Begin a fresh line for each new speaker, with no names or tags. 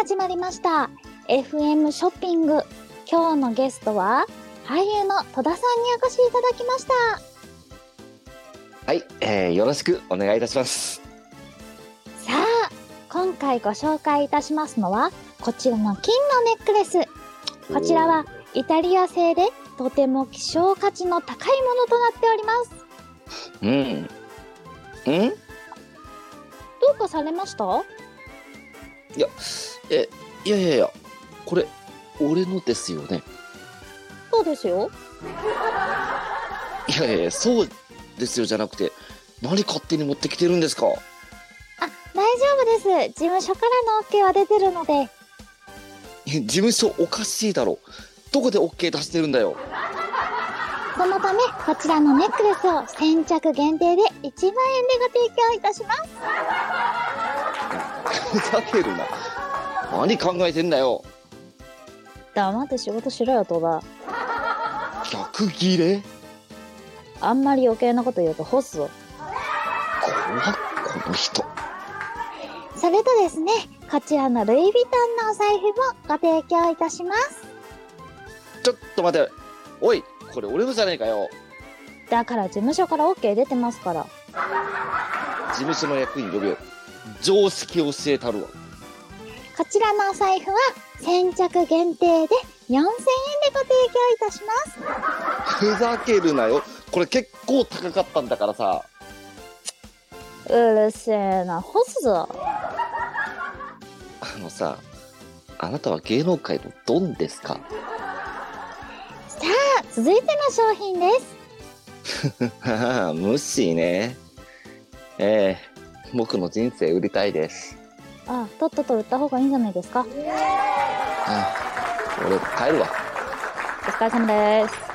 始まりました FM ショッピング今日のゲストは俳優の戸田さんにお越しいただきました
はい、えー、よろしくお願いいたします。
さあ今回ご紹介いたしますのはこちらの金のネックレスこちらはイタリア製でとても希少価値の高いものとなっております
うん。うん。
どうかされました
いや、え、いやいやいや、これ俺のですよね。
そうですよ
いやいやいや、そうですよじゃなくて、何勝手に持ってきてるんですか。
あ大丈夫です事務所からの OK は出てるので
いや事務所おかしいだろ。どこで OK 出してるんだよ。
そのためこちらのネックレスを先着限定で1万円でご提供いたします
ふざけるな。何考えてんだよ。
黙って仕事しろよ戸田
逆切れ
あんまり余計なこと言うと干すぞ
怖っ、この人。
それとですねこちらのルイ・ヴィトンのお財布もご提供いたします
ちょっと待て。おい、これ俺のじゃねえかよ。
だから事務所から OK 出てますから
事務所の役員呼べよ。常識教えたるわ。
こちらのお財布は先着限定で4000円でご提供いたします
ふざけるなよこれ結構高かったんだからさ
うるせえな干すぞ
あのさあなたは芸能界のドンですか
さあ続いての商品です
はは無視ねええ僕の人生売りたいです
あとっとと売った方がいいんじゃないですか
あ俺帰るわ
お疲れ様です